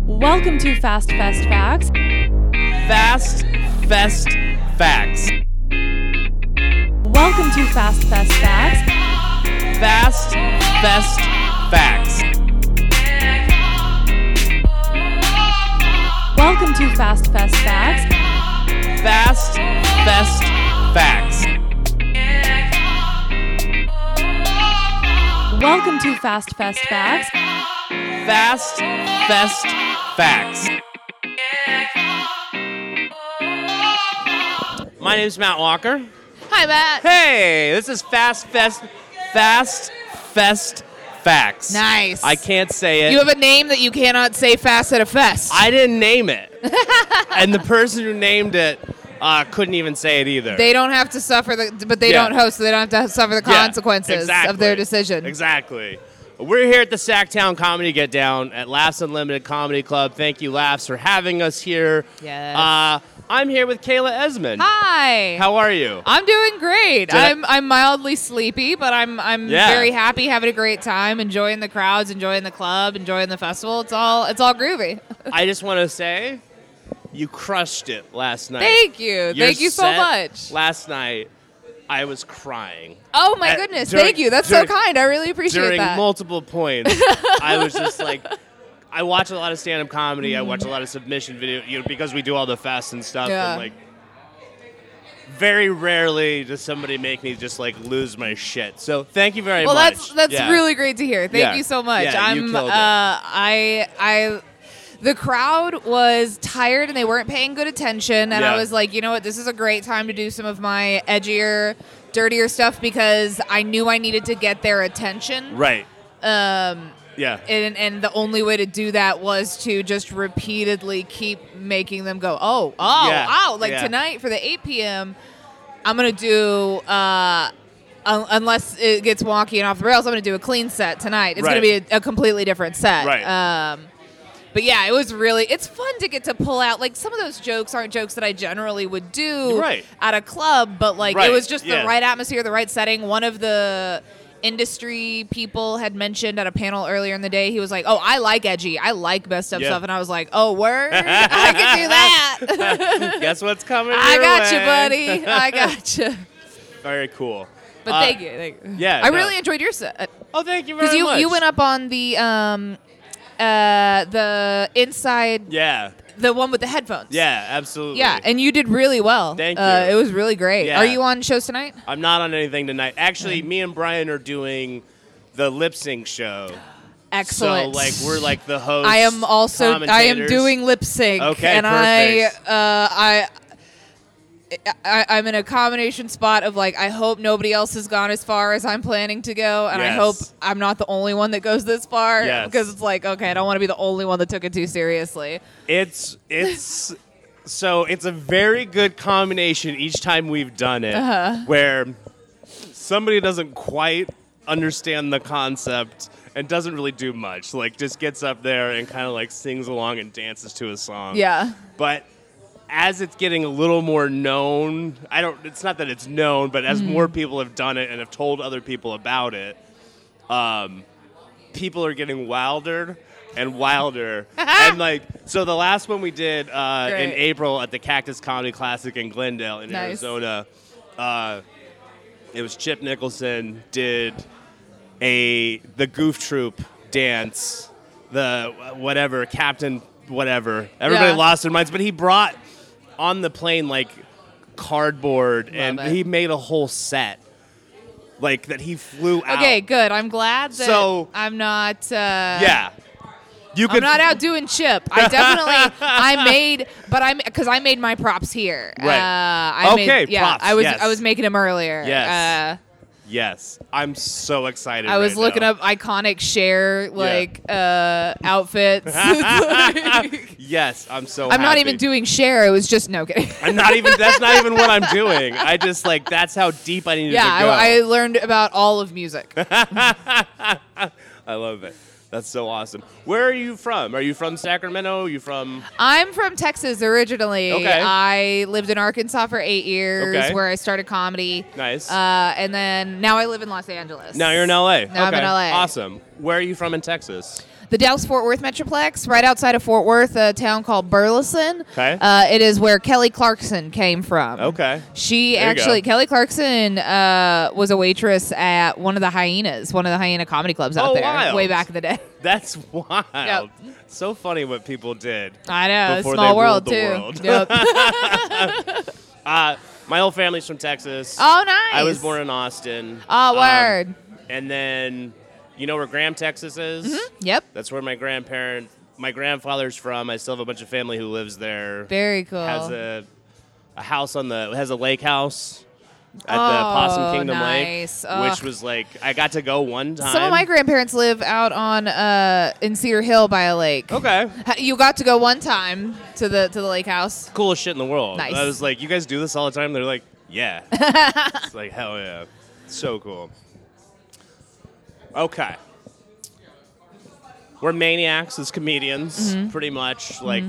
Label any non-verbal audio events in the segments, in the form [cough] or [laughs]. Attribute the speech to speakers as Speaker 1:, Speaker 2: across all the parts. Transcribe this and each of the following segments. Speaker 1: Welcome to Fast Fest Facts.
Speaker 2: Fast Fest Facts.
Speaker 1: Welcome to Fast Fest Facts.
Speaker 2: Fast Fest Facts.
Speaker 1: Welcome to Fast Fest Facts.
Speaker 2: Fast Fest Facts.
Speaker 1: Welcome to Fast Fest Facts.
Speaker 2: Fast Fest Facts. My name's Matt Walker.
Speaker 3: Hi, Matt.
Speaker 2: Hey, this is Fast Fest Fast Fest Facts.
Speaker 3: Nice.
Speaker 2: I can't say it.
Speaker 3: You have a name that you cannot say fast at a fest.
Speaker 2: I didn't name it. [laughs] and the person who named it uh, couldn't even say it either.
Speaker 3: they don't have to suffer the, but they
Speaker 2: Yeah.
Speaker 3: don't host, so they don't have to suffer the
Speaker 2: Yeah,
Speaker 3: consequences of their
Speaker 2: exactly.
Speaker 3: decision.
Speaker 2: Exactly. We're here at the Sacktown Comedy Get Down at Laughs Unlimited Comedy Club. Thank you, Laughs, for having us here.
Speaker 3: Yes.
Speaker 2: Uh, I'm here with Kayla Esmond.
Speaker 3: Hi.
Speaker 2: How are you?
Speaker 3: I'm doing great.
Speaker 2: I-
Speaker 3: I'm I'm mildly sleepy, but I'm I'm
Speaker 2: Yeah.
Speaker 3: very happy, having a great time, enjoying the crowds, enjoying the club, enjoying the festival. It's all it's all groovy.
Speaker 2: I just want to say, you crushed it last night.
Speaker 3: Thank you.
Speaker 2: Your
Speaker 3: Thank you so
Speaker 2: set
Speaker 3: much.
Speaker 2: Last night, I was crying.
Speaker 3: Oh my
Speaker 2: at- uh,
Speaker 3: goodness.
Speaker 2: during-
Speaker 3: Thank you. That's
Speaker 2: during-
Speaker 3: so kind. I really appreciate
Speaker 2: during
Speaker 3: that.
Speaker 2: multiple points, I was just
Speaker 3: [laughs]
Speaker 2: like, I watch a lot of stand-up comedy. I watch a lot of submission video, you know, because we do all the fests and stuff.
Speaker 3: Yeah.
Speaker 2: And like, very rarely does somebody make me just like lose my shit. So thank you very
Speaker 3: well,
Speaker 2: much.
Speaker 3: that's that's
Speaker 2: Yeah.
Speaker 3: really great to hear. Thank
Speaker 2: Yeah.
Speaker 3: you so much.
Speaker 2: Yeah, you
Speaker 3: I'm
Speaker 2: killed it.
Speaker 3: uh I I the crowd was tired and they weren't paying good attention and
Speaker 2: Yeah.
Speaker 3: I was like, you know what? This is a great time to do some of my edgier, dirtier stuff because I knew I needed to get their attention.
Speaker 2: right.
Speaker 3: Um [laughs]
Speaker 2: Yeah.
Speaker 3: and, and the only way to do that was to just repeatedly keep making them go, oh, oh,
Speaker 2: Yeah,
Speaker 3: oh. Like
Speaker 2: yeah.
Speaker 3: tonight for the 8 p.m., I'm going to do, uh, un- unless it gets wonky and off the rails, I'm going to do a clean set tonight. It's
Speaker 2: Right.
Speaker 3: going to be a, a completely different set.
Speaker 2: Right.
Speaker 3: Um, but yeah, it was really it's fun to get to pull out like some of those jokes aren't jokes that I generally would do
Speaker 2: Right.
Speaker 3: at a club, but like
Speaker 2: Right,
Speaker 3: it was just
Speaker 2: yeah.
Speaker 3: the right atmosphere, the right setting. One of the industry people had mentioned at a panel earlier in the day, he was like, "Oh, I like edgy. I like messed up
Speaker 2: Yeah.
Speaker 3: stuff." And I was like,
Speaker 2: [laughs]
Speaker 3: "Oh, word! I can do [laughs] that.
Speaker 2: Guess what's coming?
Speaker 3: I
Speaker 2: your
Speaker 3: got you,
Speaker 2: way.
Speaker 3: buddy.
Speaker 2: [laughs]
Speaker 3: I got you."
Speaker 2: Very cool.
Speaker 3: But
Speaker 2: Uh,
Speaker 3: thank you. Thank you.
Speaker 2: yeah,
Speaker 3: I
Speaker 2: no.
Speaker 3: really enjoyed your set.
Speaker 2: Oh, thank you very
Speaker 3: Because you,
Speaker 2: much.
Speaker 3: you went up on the um, uh, the inside
Speaker 2: Yeah.
Speaker 3: the one with the headphones.
Speaker 2: Yeah. Absolutely.
Speaker 3: Yeah, and you did really well.
Speaker 2: Thank
Speaker 3: Uh,
Speaker 2: you.
Speaker 3: it was really great.
Speaker 2: Yeah.
Speaker 3: Are you on shows tonight?
Speaker 2: I'm not on anything tonight.
Speaker 3: Mm.
Speaker 2: Actually, me and Brian are doing the lip sync show.
Speaker 3: Excellent.
Speaker 2: So like we're like the host.
Speaker 3: I am also I am doing lip sync.
Speaker 2: Okay,
Speaker 3: and
Speaker 2: perfect.
Speaker 3: I uh, I. I, I'm in a combination spot of like I hope nobody else has gone as far as I'm planning to go, and I
Speaker 2: Yes.
Speaker 3: hope I'm not the only one that goes this far
Speaker 2: Yes.
Speaker 3: because it's like okay, I don't want to be the only one that took it too seriously.
Speaker 2: It's it's so it's a very good combination each time we've done it
Speaker 3: Uh-huh.
Speaker 2: where somebody doesn't quite understand the concept and doesn't really do much. Like just gets up there and kind of like sings along and dances to a song.
Speaker 3: Yeah,
Speaker 2: but as it's getting a little more known i don't it's not that it's known but as more
Speaker 3: Hmm.
Speaker 2: people have done it and have told other people about it um, people are getting wilder and
Speaker 3: [laughs]
Speaker 2: wilder and like so the last one we did uh, in
Speaker 3: Great.
Speaker 2: april at the cactus comedy classic in glendale in
Speaker 3: Nice.
Speaker 2: arizona uh, it was chip nicholson did a the goof troop dance the whatever captain whatever everybody
Speaker 3: Yeah.
Speaker 2: lost their minds but he brought on the plane like cardboard and
Speaker 3: it.
Speaker 2: he made a whole set like that he flew out
Speaker 3: okay, good. I'm glad that
Speaker 2: So-
Speaker 3: I'm not. Uh,
Speaker 2: yeah you could
Speaker 3: I'm not out doing chip.
Speaker 2: [laughs]
Speaker 3: I definitely I made, but I'm because I made my props here.
Speaker 2: Right.
Speaker 3: Uh, I
Speaker 2: Okay,
Speaker 3: Made, yeah.
Speaker 2: props,
Speaker 3: I was
Speaker 2: yes.
Speaker 3: I was making them earlier.
Speaker 2: Yes.
Speaker 3: Uh,
Speaker 2: yes i'm so excited
Speaker 3: I was
Speaker 2: right
Speaker 3: looking
Speaker 2: now.
Speaker 3: up iconic share like uh,
Speaker 2: [laughs]
Speaker 3: outfits. Like,
Speaker 2: yes i'm so
Speaker 3: I'm not
Speaker 2: happy.
Speaker 3: even doing share. It was just no
Speaker 2: [laughs]
Speaker 3: kidding.
Speaker 2: i'm not even that's not even what i'm doing i just like that's how deep i needed
Speaker 3: yeah,
Speaker 2: to go
Speaker 3: I, I learned about all
Speaker 2: [laughs]
Speaker 3: of music.
Speaker 2: I love it. That's so awesome. Where are you from? Are you from Sacramento? Are you from
Speaker 3: I'm from Texas originally.
Speaker 2: Okay.
Speaker 3: I lived in Arkansas for eight years,
Speaker 2: Okay.
Speaker 3: where I started comedy.
Speaker 2: Nice.
Speaker 3: Uh, and then now I live in Los Angeles.
Speaker 2: Now you're in LA.
Speaker 3: Now I'm
Speaker 2: Okay.
Speaker 3: in LA.
Speaker 2: Awesome. Where are you from in Texas?
Speaker 3: the Dallas Fort Worth Metroplex, right outside of Fort Worth, a town called Burleson.
Speaker 2: 'Kay.
Speaker 3: Uh, it is where Kelly Clarkson came from.
Speaker 2: Okay.
Speaker 3: She
Speaker 2: There you go.
Speaker 3: actually, Kelly Clarkson uh, was a waitress at one of the hyenas, one of the hyena comedy clubs out
Speaker 2: Oh,
Speaker 3: there
Speaker 2: wild.
Speaker 3: way back in the day. [laughs]
Speaker 2: That's wild. So funny what people did.
Speaker 3: I know,
Speaker 2: Before
Speaker 3: small
Speaker 2: they
Speaker 3: world
Speaker 2: ruled the
Speaker 3: too. Oh,
Speaker 2: world. [laughs]
Speaker 3: Yep.
Speaker 2: Uh, my whole family's from Texas.
Speaker 3: oh, nice.
Speaker 2: I was born in Austin.
Speaker 3: Oh,
Speaker 2: Um,
Speaker 3: word.
Speaker 2: and then, you know where Graham, Texas is?
Speaker 3: yep.
Speaker 2: That's where my grandparent, my grandfather's from. I still have a bunch of family who lives there.
Speaker 3: Very cool.
Speaker 2: Has a, a house on the has a lake house at the
Speaker 3: Oh,
Speaker 2: Possum Kingdom
Speaker 3: nice.
Speaker 2: Lake,
Speaker 3: Ugh.
Speaker 2: which was like I got to go one time.
Speaker 3: Some of my grandparents live out on uh, in Cedar Hill by a lake.
Speaker 2: okay.
Speaker 3: Ha- You got to go one time to the to the lake house.
Speaker 2: Coolest shit in the world.
Speaker 3: Nice.
Speaker 2: I was like, you guys do this all the time. They're like,
Speaker 3: [laughs]
Speaker 2: yeah. it's like hell yeah, so cool. Okay. We're maniacs as comedians,
Speaker 3: Mm-hmm.
Speaker 2: pretty much. Like,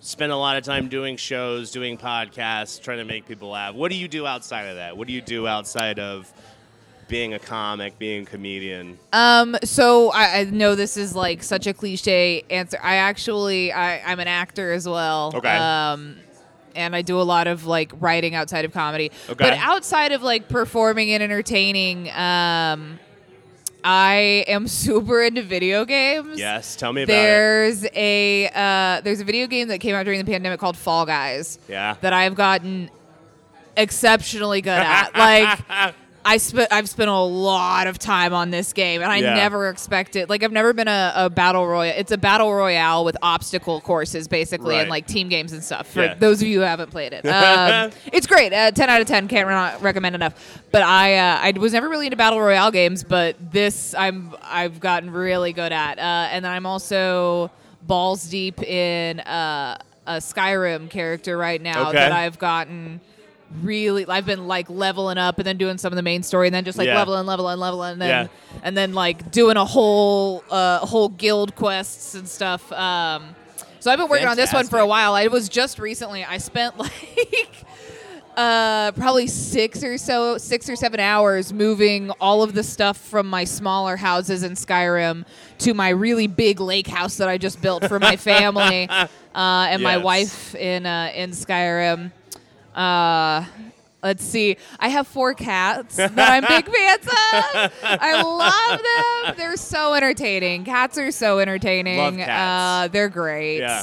Speaker 2: spend a lot of time doing shows, doing podcasts, trying to make people laugh. What do you do outside of that? What do you do outside of being a comic, being a comedian?
Speaker 3: Um, so I, I know this is like such a cliche answer. I actually I, I'm an actor as well.
Speaker 2: Okay.
Speaker 3: Um, and I do a lot of like writing outside of comedy.
Speaker 2: Okay.
Speaker 3: But outside of like performing and entertaining, um, I am super into video games.
Speaker 2: yes, tell me about
Speaker 3: There's a uh, there's a video game that came out during the pandemic called Fall Guys.
Speaker 2: Yeah.
Speaker 3: That I've gotten exceptionally
Speaker 2: [laughs]
Speaker 3: good at. like
Speaker 2: it.
Speaker 3: I spent I've spent a lot of time on this game, and I
Speaker 2: Yeah.
Speaker 3: never expected like I've never been a, a battle royale. It's a battle royale with obstacle courses, basically,
Speaker 2: Right.
Speaker 3: and like team games and stuff. For
Speaker 2: Yeah.
Speaker 3: those of you who haven't played
Speaker 2: [laughs]
Speaker 3: it, um, it's great. Uh, ten out of ten, can't re- recommend enough. But I uh, I was never really into battle royale games, but this I'm I've gotten really good at, uh, and then I'm also balls deep in uh, a Skyrim character right now
Speaker 2: Okay.
Speaker 3: that I've gotten really I've been like leveling up and then doing some of the main story and then just like
Speaker 2: Yeah.
Speaker 3: leveling, leveling, leveling, and then
Speaker 2: Yeah.
Speaker 3: and then like doing a whole uh whole guild quests and stuff. Um so I've been working on this one for a
Speaker 2: Fantastic.
Speaker 3: while. I was just recently I spent [laughs] like uh probably six or so six or seven hours moving all of the stuff from my smaller houses in Skyrim to my really big lake house that I just built for my family
Speaker 2: [laughs]
Speaker 3: uh, and my
Speaker 2: Yes.
Speaker 3: wife in uh, in Skyrim. Uh, let's see. I have four cats that I'm big
Speaker 2: [laughs]
Speaker 3: fans of. I love them. They're so entertaining. Cats are so entertaining.
Speaker 2: Love cats.
Speaker 3: Uh, they're great.
Speaker 2: Yeah.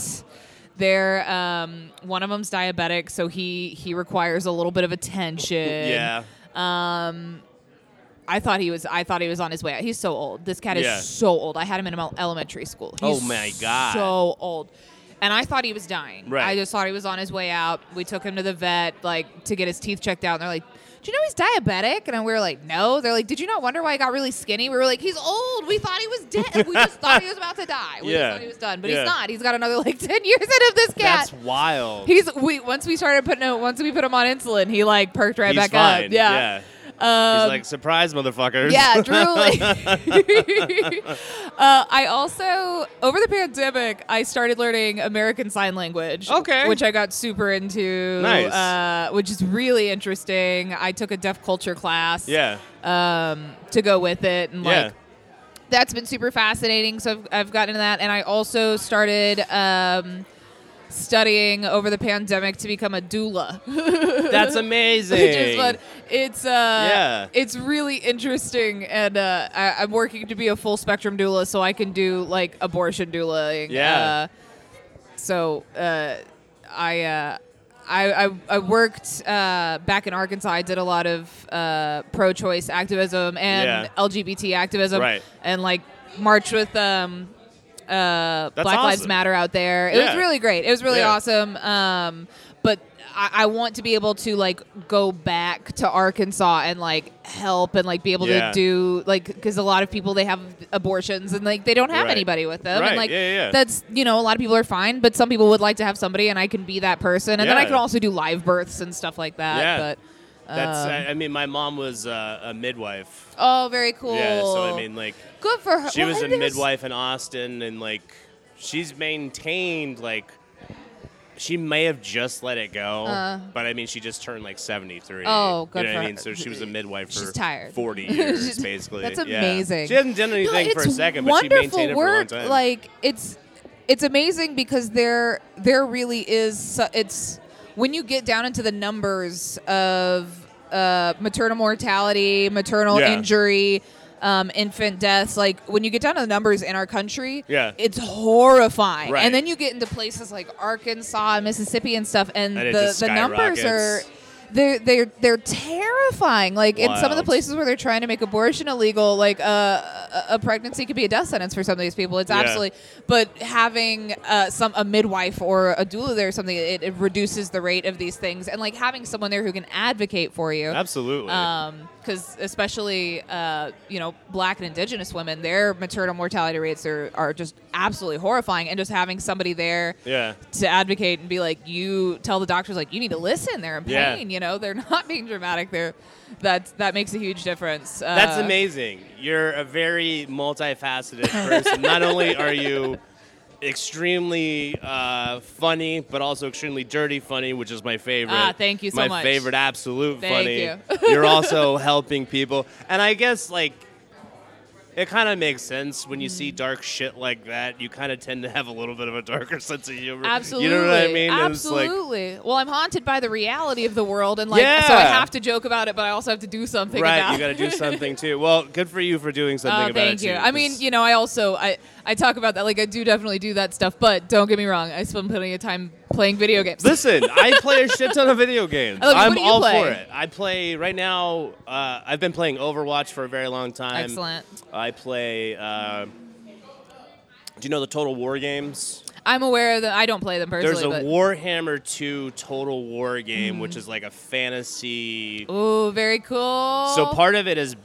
Speaker 3: They're um, one of them's diabetic, so he he requires a little bit of attention.
Speaker 2: yeah.
Speaker 3: I thought he was. I thought he was on his way out. He's so old. This cat
Speaker 2: Yeah.
Speaker 3: is so old. I had him in ele- elementary school.
Speaker 2: Oh
Speaker 3: He's
Speaker 2: my God.
Speaker 3: so old. And I thought he was dying.
Speaker 2: Right.
Speaker 3: I just thought he was on his way out. We took him to the vet, like to get his teeth checked out. And they're like, "Do you know he's diabetic?" And we were like, "No." They're like, "Did you not wonder why he got really skinny?" We were like, "He's old. We thought he was dead. Like, we just thought he was about to die. We
Speaker 2: [laughs] Yeah.
Speaker 3: just thought he was done, but
Speaker 2: Yeah.
Speaker 3: he's not. He's got another like [laughs] ten years out of this cat."
Speaker 2: That's wild.
Speaker 3: He's we once we started putting him, once we put him on insulin, he like perked right
Speaker 2: He's
Speaker 3: back
Speaker 2: fine.
Speaker 3: up. Yeah. Um,
Speaker 2: He's like, surprise, motherfuckers. [laughs]
Speaker 3: yeah, [laughs] drooling. uh, I also, over the pandemic, I started learning American Sign Language.
Speaker 2: Okay.
Speaker 3: Which I got super into.
Speaker 2: Nice.
Speaker 3: Uh, which is really interesting. I took a deaf culture class.
Speaker 2: Yeah.
Speaker 3: Um, to go with it. And
Speaker 2: yeah.
Speaker 3: [laughs] like, that's been super fascinating. So I've, I've gotten into that. And I also started. Um, Studying over the pandemic to become a doula,
Speaker 2: That's amazing.
Speaker 3: which is fun. It's uh,
Speaker 2: Yeah.
Speaker 3: it's really interesting, and uh, I, I'm working to be a full spectrum doula, so I can do like abortion doulaing.
Speaker 2: Yeah.
Speaker 3: Uh, so uh, I, uh, I I I worked uh, back in Arkansas. I did a lot of uh, pro-choice activism and
Speaker 2: Yeah.
Speaker 3: LGBT activism,
Speaker 2: Right.
Speaker 3: and like march with um, uh, Black Lives
Speaker 2: awesome.
Speaker 3: Matter out there. It was
Speaker 2: Yeah.
Speaker 3: really great. It was really
Speaker 2: Yeah.
Speaker 3: awesome. Um, but I, I want to be able to like go back to Arkansas and like help and like be able
Speaker 2: Yeah.
Speaker 3: to do like because a lot of people they have abortions and like they don't have
Speaker 2: Right.
Speaker 3: anybody with them
Speaker 2: Right.
Speaker 3: and like
Speaker 2: Yeah, yeah, yeah.
Speaker 3: that's you know a lot of people are fine but some people would like to have somebody and I can be that person and then I
Speaker 2: Yeah.
Speaker 3: can also do live births and stuff like that.
Speaker 2: Yeah.
Speaker 3: But
Speaker 2: That's.
Speaker 3: um,
Speaker 2: I, I mean, my mom was uh, a midwife.
Speaker 3: oh, very cool.
Speaker 2: Yeah. So I mean, like,
Speaker 3: good for her.
Speaker 2: she
Speaker 3: Well,
Speaker 2: was
Speaker 3: I
Speaker 2: a
Speaker 3: think it's-
Speaker 2: midwife in Austin, and like, she's maintained like she may have just let it go, but I mean, she just turned like 73.
Speaker 3: Uh-huh. Oh, good
Speaker 2: You know
Speaker 3: for
Speaker 2: what I mean?
Speaker 3: her.
Speaker 2: So she was a midwife
Speaker 3: She's
Speaker 2: for
Speaker 3: tired.
Speaker 2: 40 years,
Speaker 3: [laughs] She's-
Speaker 2: basically.
Speaker 3: that's
Speaker 2: Yeah.
Speaker 3: amazing.
Speaker 2: She hasn't done anything
Speaker 3: No,
Speaker 2: for a
Speaker 3: it's
Speaker 2: second, but she
Speaker 3: wonderful
Speaker 2: maintained it for a long
Speaker 3: work.
Speaker 2: time.
Speaker 3: Like it's it's amazing because there there really is su- it's when you get down into the numbers of uh, maternal mortality, maternal
Speaker 2: Yeah.
Speaker 3: injury, um, infant deaths. Like when you get down to the numbers in our country,
Speaker 2: Yeah.
Speaker 3: it's horrifying.
Speaker 2: Right.
Speaker 3: And then you get into places like Arkansas, and Mississippi, and stuff, and,
Speaker 2: And it
Speaker 3: the
Speaker 2: just
Speaker 3: the numbers are.
Speaker 2: skyrockets.
Speaker 3: They're, they're they're terrifying. Like in some of the
Speaker 2: Wild.
Speaker 3: places places where they're trying to make abortion illegal, like uh, a, a pregnancy could be a death sentence for some of these people. It's
Speaker 2: Yeah.
Speaker 3: absolutely, but having uh, some a midwife or a doula there or something, it, it reduces the rate of these things, and like having someone there who can advocate for you.
Speaker 2: Absolutely.
Speaker 3: uh, Because especially, uh, you know, black and indigenous women, their maternal mortality rates are, are just absolutely horrifying. And just having somebody there
Speaker 2: yeah.
Speaker 3: to advocate and be like, you tell the doctors like you need to listen. They're in
Speaker 2: Yeah.
Speaker 3: pain. You know, they're [laughs] not being dramatic. They're that that makes a huge difference. Uh,
Speaker 2: That's amazing. You're a very multifaceted person. Not only are you extremely uh, funny, but also extremely dirty funny, which is my favorite.
Speaker 3: Ah, thank you so
Speaker 2: my
Speaker 3: much.
Speaker 2: favorite absolute
Speaker 3: Thank
Speaker 2: funny. You. [laughs] You're also helping people. And I guess, like, it kind of makes sense when you see
Speaker 3: Mm.
Speaker 2: dark shit like that. You kind of tend to have a little bit of a darker [laughs] sense of humor.
Speaker 3: Absolutely.
Speaker 2: You know what I mean? It's like,
Speaker 3: Absolutely. well, I'm haunted by the reality of the world, and like, so I
Speaker 2: Yeah.
Speaker 3: have to joke about it, but I also have to do something.
Speaker 2: right,
Speaker 3: about
Speaker 2: you got to do something
Speaker 3: [laughs]
Speaker 2: too. Well, good for you for doing something
Speaker 3: Oh,
Speaker 2: about
Speaker 3: thank
Speaker 2: it.
Speaker 3: you.
Speaker 2: too,
Speaker 3: I mean,
Speaker 2: 'cause-
Speaker 3: you know, I also I I talk about that. Like, I do definitely do that stuff, but don't get me wrong. I spend plenty of time playing video games.
Speaker 2: Listen, I play a shit ton of video games.
Speaker 3: I love it. What
Speaker 2: I'm
Speaker 3: do you
Speaker 2: all
Speaker 3: play?
Speaker 2: for it. I play right now. Uh, I've been playing Overwatch for a very long time.
Speaker 3: Excellent.
Speaker 2: I play. Uh, do you know the Total War games?
Speaker 3: I'm aware that I don't play them personally.
Speaker 2: There's a
Speaker 3: but,
Speaker 2: Warhammer 2 Total War game,
Speaker 3: Mm.
Speaker 2: which is like a fantasy.
Speaker 3: Ooh, very cool.
Speaker 2: So part of it is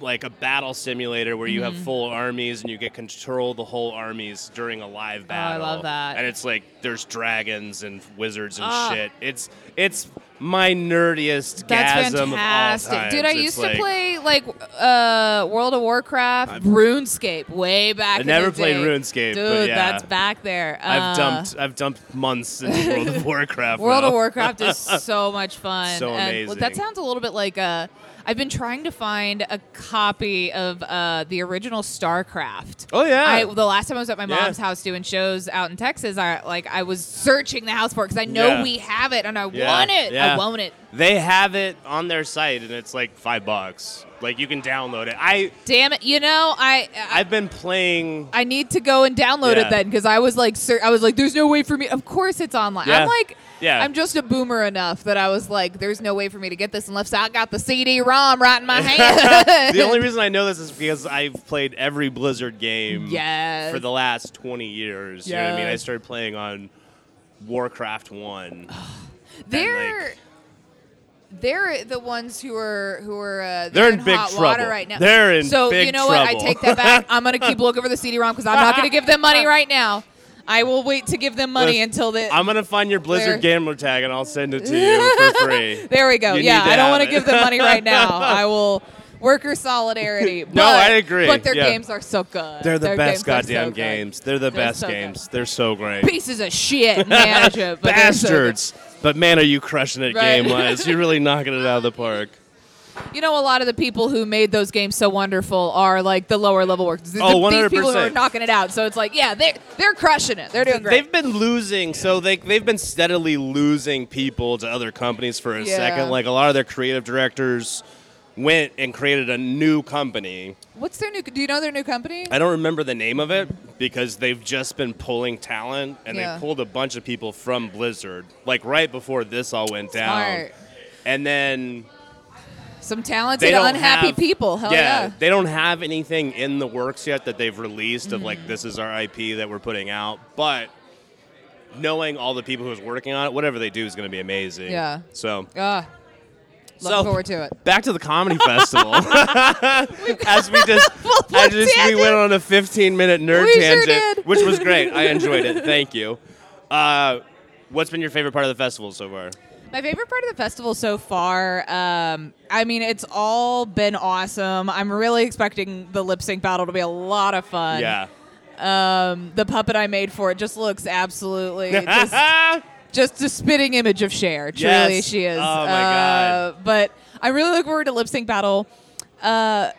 Speaker 2: like a battle simulator where you have
Speaker 3: Mm-hmm.
Speaker 2: full armies and you get control the whole armies during a live battle.
Speaker 3: Oh, love that.
Speaker 2: And it's like there's dragons and wizards and
Speaker 3: Ah.
Speaker 2: shit. It's it's my nerdiest
Speaker 3: That's
Speaker 2: gasm
Speaker 3: fantastic,
Speaker 2: of all time.
Speaker 3: dude. I used to play like uh, World of Warcraft, RuneScape, way back.
Speaker 2: I
Speaker 3: in
Speaker 2: never
Speaker 3: the
Speaker 2: played
Speaker 3: day.
Speaker 2: RuneScape,
Speaker 3: dude.
Speaker 2: but yeah.
Speaker 3: That's back there. Uh,
Speaker 2: I've dumped I've dumped months
Speaker 3: [laughs]
Speaker 2: into World of Warcraft.
Speaker 3: World of
Speaker 2: now. [laughs]
Speaker 3: Warcraft is so much fun.
Speaker 2: So
Speaker 3: And, well, that
Speaker 2: amazing.
Speaker 3: sounds a little bit like a. I've been trying to find a copy of uh, the original StarCraft.
Speaker 2: Oh, yeah.
Speaker 3: I, the last time I was at my
Speaker 2: Yeah.
Speaker 3: mom's house doing shows out in Texas, I like I was searching the house for it because I know
Speaker 2: Yeah.
Speaker 3: we have it and I
Speaker 2: Yeah,
Speaker 3: want it.
Speaker 2: yeah.
Speaker 3: I want it.
Speaker 2: They have it on their site and it's like five bucks. Like you can download it. I
Speaker 3: Damn it! You know I. I
Speaker 2: I've been playing
Speaker 3: I need to go and download
Speaker 2: Yeah.
Speaker 3: it then because I was like, sir, I was like, there's no way for me. Of course, it's online.
Speaker 2: Yeah.
Speaker 3: I'm like,
Speaker 2: Yeah.
Speaker 3: I'm just a boomer enough that I was like, there's no way for me to get this unless I got the CD-ROM right
Speaker 2: [laughs]
Speaker 3: in my hand.
Speaker 2: the only reason I know this is because I've played every Blizzard game
Speaker 3: Yes.
Speaker 2: for the last 20 years. You know what I mean? I
Speaker 3: Yes.
Speaker 2: started playing on Warcraft 1.
Speaker 3: [laughs] they're
Speaker 2: like-
Speaker 3: they're the ones who are who are uh,
Speaker 2: They're in
Speaker 3: in
Speaker 2: big
Speaker 3: hot
Speaker 2: trouble.
Speaker 3: water right now.
Speaker 2: They're in
Speaker 3: so
Speaker 2: big
Speaker 3: you know what? I
Speaker 2: trouble.
Speaker 3: take
Speaker 2: [laughs]
Speaker 3: that back. I'm gonna keep looking for the CD-ROM because I'm not gonna give them money right now. I will wait to give them money
Speaker 2: Listen,
Speaker 3: until they.
Speaker 2: I'm going to find your Blizzard
Speaker 3: They're-
Speaker 2: gambler tag and I'll send it to
Speaker 3: [laughs]
Speaker 2: you for free.
Speaker 3: There we go.
Speaker 2: You
Speaker 3: yeah,
Speaker 2: need to
Speaker 3: I don't
Speaker 2: have
Speaker 3: want to
Speaker 2: it.
Speaker 3: give them money right now. I will
Speaker 2: [laughs]
Speaker 3: worker solidarity. But,
Speaker 2: I agree.
Speaker 3: But their
Speaker 2: Yeah.
Speaker 3: games are so
Speaker 2: [laughs]
Speaker 3: good.
Speaker 2: They're the
Speaker 3: Their
Speaker 2: best
Speaker 3: games are so
Speaker 2: goddamn
Speaker 3: good.
Speaker 2: games. They're the
Speaker 3: They're
Speaker 2: best
Speaker 3: so good.
Speaker 2: games. They're so great.
Speaker 3: Pieces of shit, [laughs] management. but they're so good.
Speaker 2: Bastards. but man, are you crushing it
Speaker 3: Right.
Speaker 2: game wise. You're really knocking it out of the park.
Speaker 3: You know, a lot of the people who made those games so wonderful are like the lower level workers. The-
Speaker 2: Oh,
Speaker 3: the- These people who are
Speaker 2: 100%.
Speaker 3: knocking it out. So it's like, yeah, they're they're crushing it. They're doing
Speaker 2: They've
Speaker 3: great.
Speaker 2: been losing, so they they've been steadily losing people to other companies for a
Speaker 3: Yeah.
Speaker 2: second. Like a lot of their creative directors went and created a new company.
Speaker 3: What's their new? Do you know their new company?
Speaker 2: I don't remember the name of it because they've just been pulling talent and
Speaker 3: Yeah.
Speaker 2: they pulled a bunch of people from Blizzard like right before this all went down.
Speaker 3: Smart.
Speaker 2: And then
Speaker 3: Some
Speaker 2: they
Speaker 3: talented,
Speaker 2: don't
Speaker 3: unhappy
Speaker 2: have-
Speaker 3: people. Hell yeah.
Speaker 2: They don't have anything in the works yet that they've released of
Speaker 3: Mm-hmm.
Speaker 2: like this is our IP that we're putting out, but knowing all the people who's working on it, whatever they do is going to be amazing.
Speaker 3: Yeah.
Speaker 2: So,
Speaker 3: Ah, looking
Speaker 2: So-
Speaker 3: forward to it.
Speaker 2: back to the comedy
Speaker 3: [laughs]
Speaker 2: festival. [laughs] As we just I just we went on a 15 minute nerd
Speaker 3: We sure
Speaker 2: tangent,
Speaker 3: did.
Speaker 2: which was great.
Speaker 3: [laughs]
Speaker 2: I enjoyed it. Thank you. Uh, what's been your favorite part of the festival so far?
Speaker 3: My favorite part of the festival so far, um, I mean, it's all been awesome. I'm really expecting the lip sync battle to be a lot of fun.
Speaker 2: yeah. [laughs]
Speaker 3: Um, the puppet I made for it just looks absolutely just just a spitting image of Cher. Truly,
Speaker 2: Yes.
Speaker 3: she
Speaker 2: Oh,
Speaker 3: is.
Speaker 2: my God.
Speaker 3: Uh, But I really look forward to lip sync battle. Uh,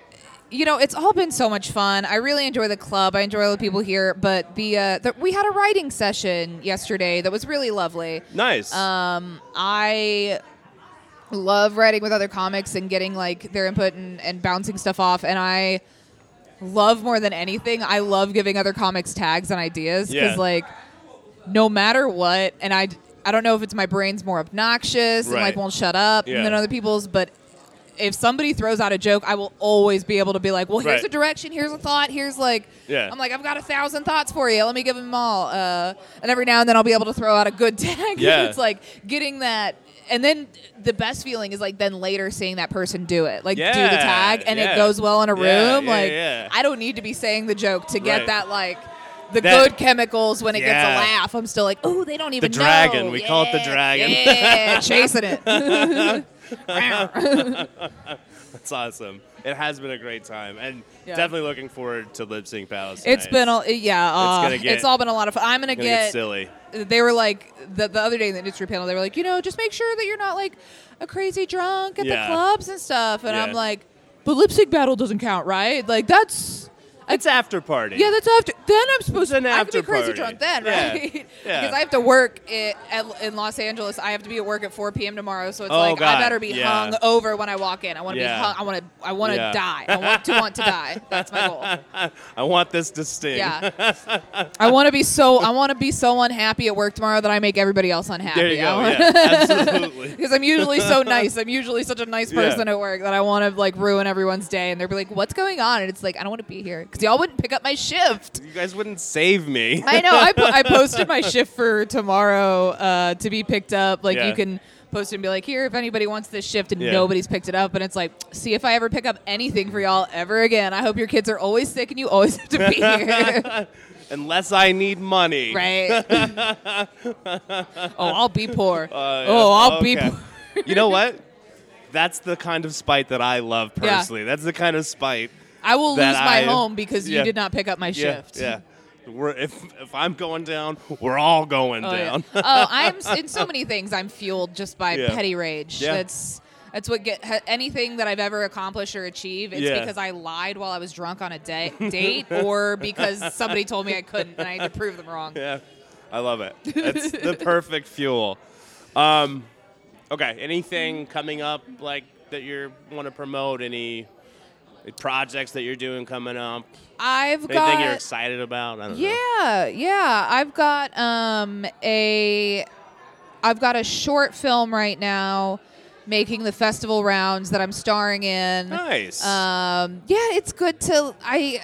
Speaker 3: you know, it's all been so much fun. I really enjoy the club. I enjoy all the people here. But the, uh, the we had a writing session yesterday that was really lovely.
Speaker 2: Nice.
Speaker 3: Um, I love writing with other comics and getting like their input and, and bouncing stuff off. And I love more than anything. I love giving other comics tags and ideas because
Speaker 2: Yeah.
Speaker 3: like no matter what, and I I don't know if it's my brain's more obnoxious and like
Speaker 2: Right.
Speaker 3: won't shut up
Speaker 2: Yeah.
Speaker 3: than other people's, but if somebody throws out a joke, I will always be able to be like, well, here's
Speaker 2: Right.
Speaker 3: a direction, here's a thought, here's like,
Speaker 2: Yeah.
Speaker 3: I'm like, I've got a thousand thoughts for you. Let me give them all. Uh, and every now and then I'll be able to throw out a good [laughs]
Speaker 2: [laughs]
Speaker 3: tag.
Speaker 2: Yeah.
Speaker 3: it's like getting that. And then the best feeling is like then later seeing that person do it, like do the
Speaker 2: Yeah,
Speaker 3: tag, and it
Speaker 2: yeah.
Speaker 3: goes well in a room.
Speaker 2: Yeah, yeah,
Speaker 3: like
Speaker 2: yeah.
Speaker 3: I don't need to be saying the joke to get
Speaker 2: Right.
Speaker 3: that like the
Speaker 2: That-
Speaker 3: good chemicals when it
Speaker 2: Yeah.
Speaker 3: gets a laugh. I'm still like, oh, they don't even know.
Speaker 2: dragon. We call it the
Speaker 3: Yeah,
Speaker 2: dragon.
Speaker 3: Yeah,
Speaker 2: [laughs]
Speaker 3: chasing it.
Speaker 2: That's awesome. It has been a great time, and
Speaker 3: Yeah.
Speaker 2: definitely looking forward to lip sync battles.
Speaker 3: It's
Speaker 2: tonight.
Speaker 3: been all yeah. Uh,
Speaker 2: gonna get-
Speaker 3: it's all been a lot of fun. I'm gonna,
Speaker 2: Gonna get, silly.
Speaker 3: they were like the, the other day in the industry panel they were like you know just make sure that you're not like a crazy drunk at
Speaker 2: Yeah.
Speaker 3: the clubs and stuff and i'm
Speaker 2: Yeah.
Speaker 3: like but lip sync battle doesn't count right like that's
Speaker 2: It's after party.
Speaker 3: yeah that's after then i'm supposed
Speaker 2: It's an
Speaker 3: to i could be
Speaker 2: after
Speaker 3: crazy
Speaker 2: party.
Speaker 3: drunk then
Speaker 2: Yeah.
Speaker 3: right [laughs]
Speaker 2: Yeah.
Speaker 3: because i have to work i at, in los angeles i have to be at work at 4 p.m tomorrow so it's
Speaker 2: Oh,
Speaker 3: like i
Speaker 2: God.
Speaker 3: better be
Speaker 2: Yeah.
Speaker 3: hung over when i walk in i want to
Speaker 2: Yeah.
Speaker 3: be hung i want to i want to
Speaker 2: Yeah.
Speaker 3: die i want to want to die that's
Speaker 2: [laughs]
Speaker 3: my goal
Speaker 2: I want this to sting.
Speaker 3: yeah. I want to be so I want to be so unhappy at work tomorrow that I make everybody else
Speaker 2: [laughs]
Speaker 3: unhappy.
Speaker 2: There you
Speaker 3: I
Speaker 2: go.
Speaker 3: wanna- [laughs]
Speaker 2: Yeah, absolutely.
Speaker 3: Because I'm
Speaker 2: [laughs]
Speaker 3: usually so nice. I'm usually such a nice
Speaker 2: Yeah.
Speaker 3: person at work that I want to like ruin everyone's day, and they're like, "What's going on?" And it's like, I don't want to be here because y'all wouldn't pick up my shift.
Speaker 2: You guys wouldn't save me.
Speaker 3: I know. I, po- I posted my shift for tomorrow uh, to be picked up. Like
Speaker 2: Yeah.
Speaker 3: you can post it and be like, "Here, if anybody wants this shift," and
Speaker 2: Yeah.
Speaker 3: nobody's picked it up. And it's like, see if I ever pick up anything for y'all ever again. I hope your kids are always sick and you always have
Speaker 2: [laughs]
Speaker 3: to be here. [laughs]
Speaker 2: Unless I need money. [laughs]
Speaker 3: Right. oh, I'll be poor.
Speaker 2: Uh,
Speaker 3: oh, I'll
Speaker 2: okay.
Speaker 3: be poor.
Speaker 2: you know what? That's the kind of spite that I love personally. That's the kind of spite.
Speaker 3: I will
Speaker 2: That
Speaker 3: lose my
Speaker 2: I-
Speaker 3: home because you
Speaker 2: yeah.
Speaker 3: did not pick up my shift.
Speaker 2: Yeah. yeah. We're, if if I'm going down, we're all going
Speaker 3: Oh, yeah.
Speaker 2: down. [laughs]
Speaker 3: oh, I'm s- in so many things. I'm fueled just by
Speaker 2: Yeah.
Speaker 3: petty rage.
Speaker 2: Yeah.
Speaker 3: That's that's what get ha- anything that I've ever accomplished or achieved. It's
Speaker 2: Yeah.
Speaker 3: because I lied while I was drunk on
Speaker 2: [laughs]
Speaker 3: a da- date, or because somebody told me I couldn't and I had to prove them wrong.
Speaker 2: [laughs] Yeah, I love it. It's the perfect fuel. Um, okay, anything coming up like that you want to promote? Any projects that you're doing coming up?
Speaker 3: I've
Speaker 2: Anything
Speaker 3: got
Speaker 2: you're excited about? I don't know.
Speaker 3: Yeah, yeah. I've got um a I've got a short film right now making the festival rounds that I'm starring in.
Speaker 2: Nice.
Speaker 3: Um yeah, it's good to I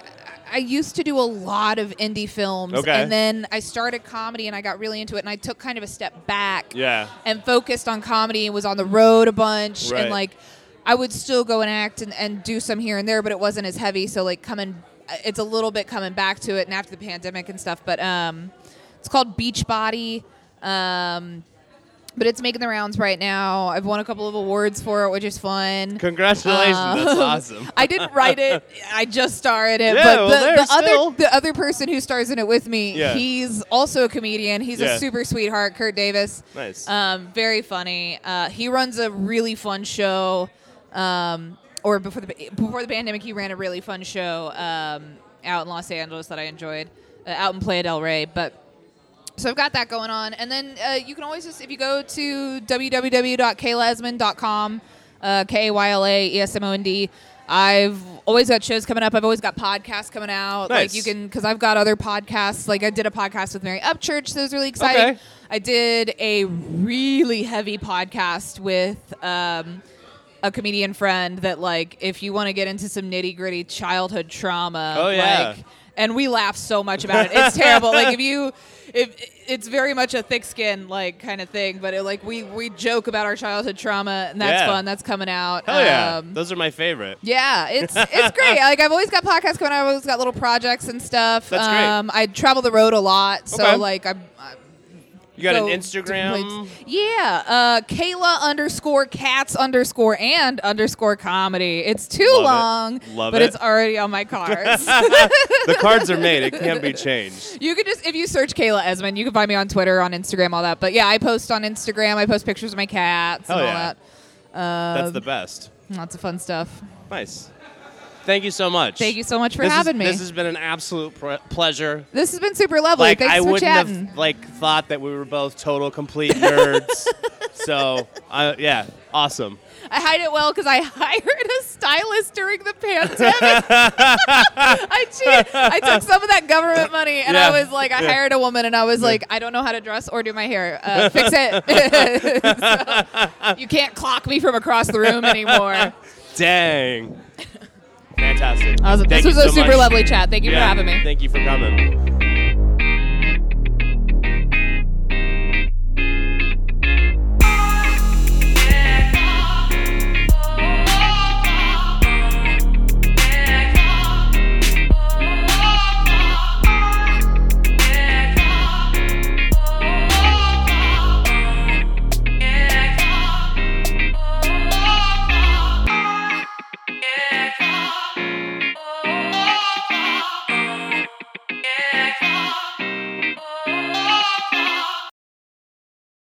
Speaker 3: I used to do a lot of indie films
Speaker 2: Okay.
Speaker 3: and then I started comedy and I got really into it and I took kind of a step back
Speaker 2: yeah.
Speaker 3: and focused on comedy and was on the road a bunch and
Speaker 2: Right.
Speaker 3: like I would still go and act and, and do some here and there, but it wasn't as heavy. So like coming, it's a little bit coming back to it and after the pandemic and stuff. But um, it's called Beachbody. Um, but it's making the rounds right now. I've won a couple of awards for it, which is fun.
Speaker 2: Congratulations. That's
Speaker 3: Um,
Speaker 2: awesome.
Speaker 3: [laughs] I didn't write it. I just star in it.
Speaker 2: Yeah,
Speaker 3: but the,
Speaker 2: well,
Speaker 3: the
Speaker 2: there's still-
Speaker 3: other the other person who stars in it with me,
Speaker 2: Yeah.
Speaker 3: he's also a comedian. He's
Speaker 2: Yeah.
Speaker 3: a super sweetheart, Kurt Davis.
Speaker 2: Nice.
Speaker 3: Um, very funny. Uh, he runs a really fun show. Um, or before the before the pandemic, he ran a really fun show um, out in Los Angeles that I enjoyed, uh, out in Playa del Rey. But so I've got that going on. And then uh, you can always just, if you go to www.kaylaesmond.com, uh, K A Y L A E S M O N D, I've always got shows coming up. I've always got podcasts coming out. Like
Speaker 2: Nice.
Speaker 3: you can, because I've got other podcasts. Like I did a podcast with Mary Upchurch that was really exciting.
Speaker 2: Okay.
Speaker 3: I did a really heavy podcast with. Um, a comedian friend that like if you want to get into some nitty gritty childhood trauma
Speaker 2: Oh, yeah.
Speaker 3: like and we laugh so much about it it's terrible like if you if it's very much a thick skin like kind of thing but it, like we we joke about our childhood trauma and that's
Speaker 2: Yeah.
Speaker 3: fun that's coming out
Speaker 2: Hell yeah.
Speaker 3: Um,
Speaker 2: Those are my favorite.
Speaker 3: yeah, it's
Speaker 2: [laughs]
Speaker 3: it's great. Like I've always got podcasts coming out. I've always got little projects and stuff. Um,
Speaker 2: That's great.
Speaker 3: I travel the road a lot, so
Speaker 2: Okay.
Speaker 3: like I'm, I'm
Speaker 2: You got
Speaker 3: go
Speaker 2: an
Speaker 3: different [laughs]
Speaker 2: Instagram?
Speaker 3: places. Yeah, uh, Kayla underscore cats underscore and underscore comedy. It's too
Speaker 2: Love it.
Speaker 3: long,
Speaker 2: Love
Speaker 3: but
Speaker 2: it.
Speaker 3: it's already on
Speaker 2: [laughs]
Speaker 3: my
Speaker 2: [laughs]
Speaker 3: cards.
Speaker 2: the cards are made. It can't
Speaker 3: [laughs]
Speaker 2: be changed.
Speaker 3: You could just if you search Kayla Esmond, you can find me on Twitter, on Instagram, all that. But yeah, I post on Instagram. I post pictures of my cats and
Speaker 2: Hell
Speaker 3: all
Speaker 2: yeah.
Speaker 3: that. Uh,
Speaker 2: That's the best.
Speaker 3: lots of fun stuff.
Speaker 2: Nice. Thank you so much.
Speaker 3: Thank you so much for
Speaker 2: This is-
Speaker 3: having me.
Speaker 2: This has been an absolute pre- pleasure.
Speaker 3: This has been super lovely.
Speaker 2: Like
Speaker 3: Thanks
Speaker 2: I
Speaker 3: for
Speaker 2: wouldn't
Speaker 3: chatting.
Speaker 2: have like thought that we were both total complete
Speaker 3: [laughs]
Speaker 2: nerds. so, uh, yeah, awesome.
Speaker 3: I hide it well because I [laughs] hired a stylist during the pandemic.
Speaker 2: [laughs]
Speaker 3: I cheated. I took some of that government money and
Speaker 2: Yeah.
Speaker 3: I was like, I
Speaker 2: Yeah.
Speaker 3: hired a woman and I was like, I don't know how to dress or do my hair. Uh, fix it. [laughs] So,
Speaker 2: [laughs]
Speaker 3: you can't clock me from across the room anymore.
Speaker 2: Dang. Fantastic.
Speaker 3: Awesome.
Speaker 2: Thank
Speaker 3: this was
Speaker 2: you
Speaker 3: a
Speaker 2: so
Speaker 3: super
Speaker 2: much.
Speaker 3: lovely chat. Thank you
Speaker 2: Yeah.
Speaker 3: for having me.
Speaker 2: Thank you for coming.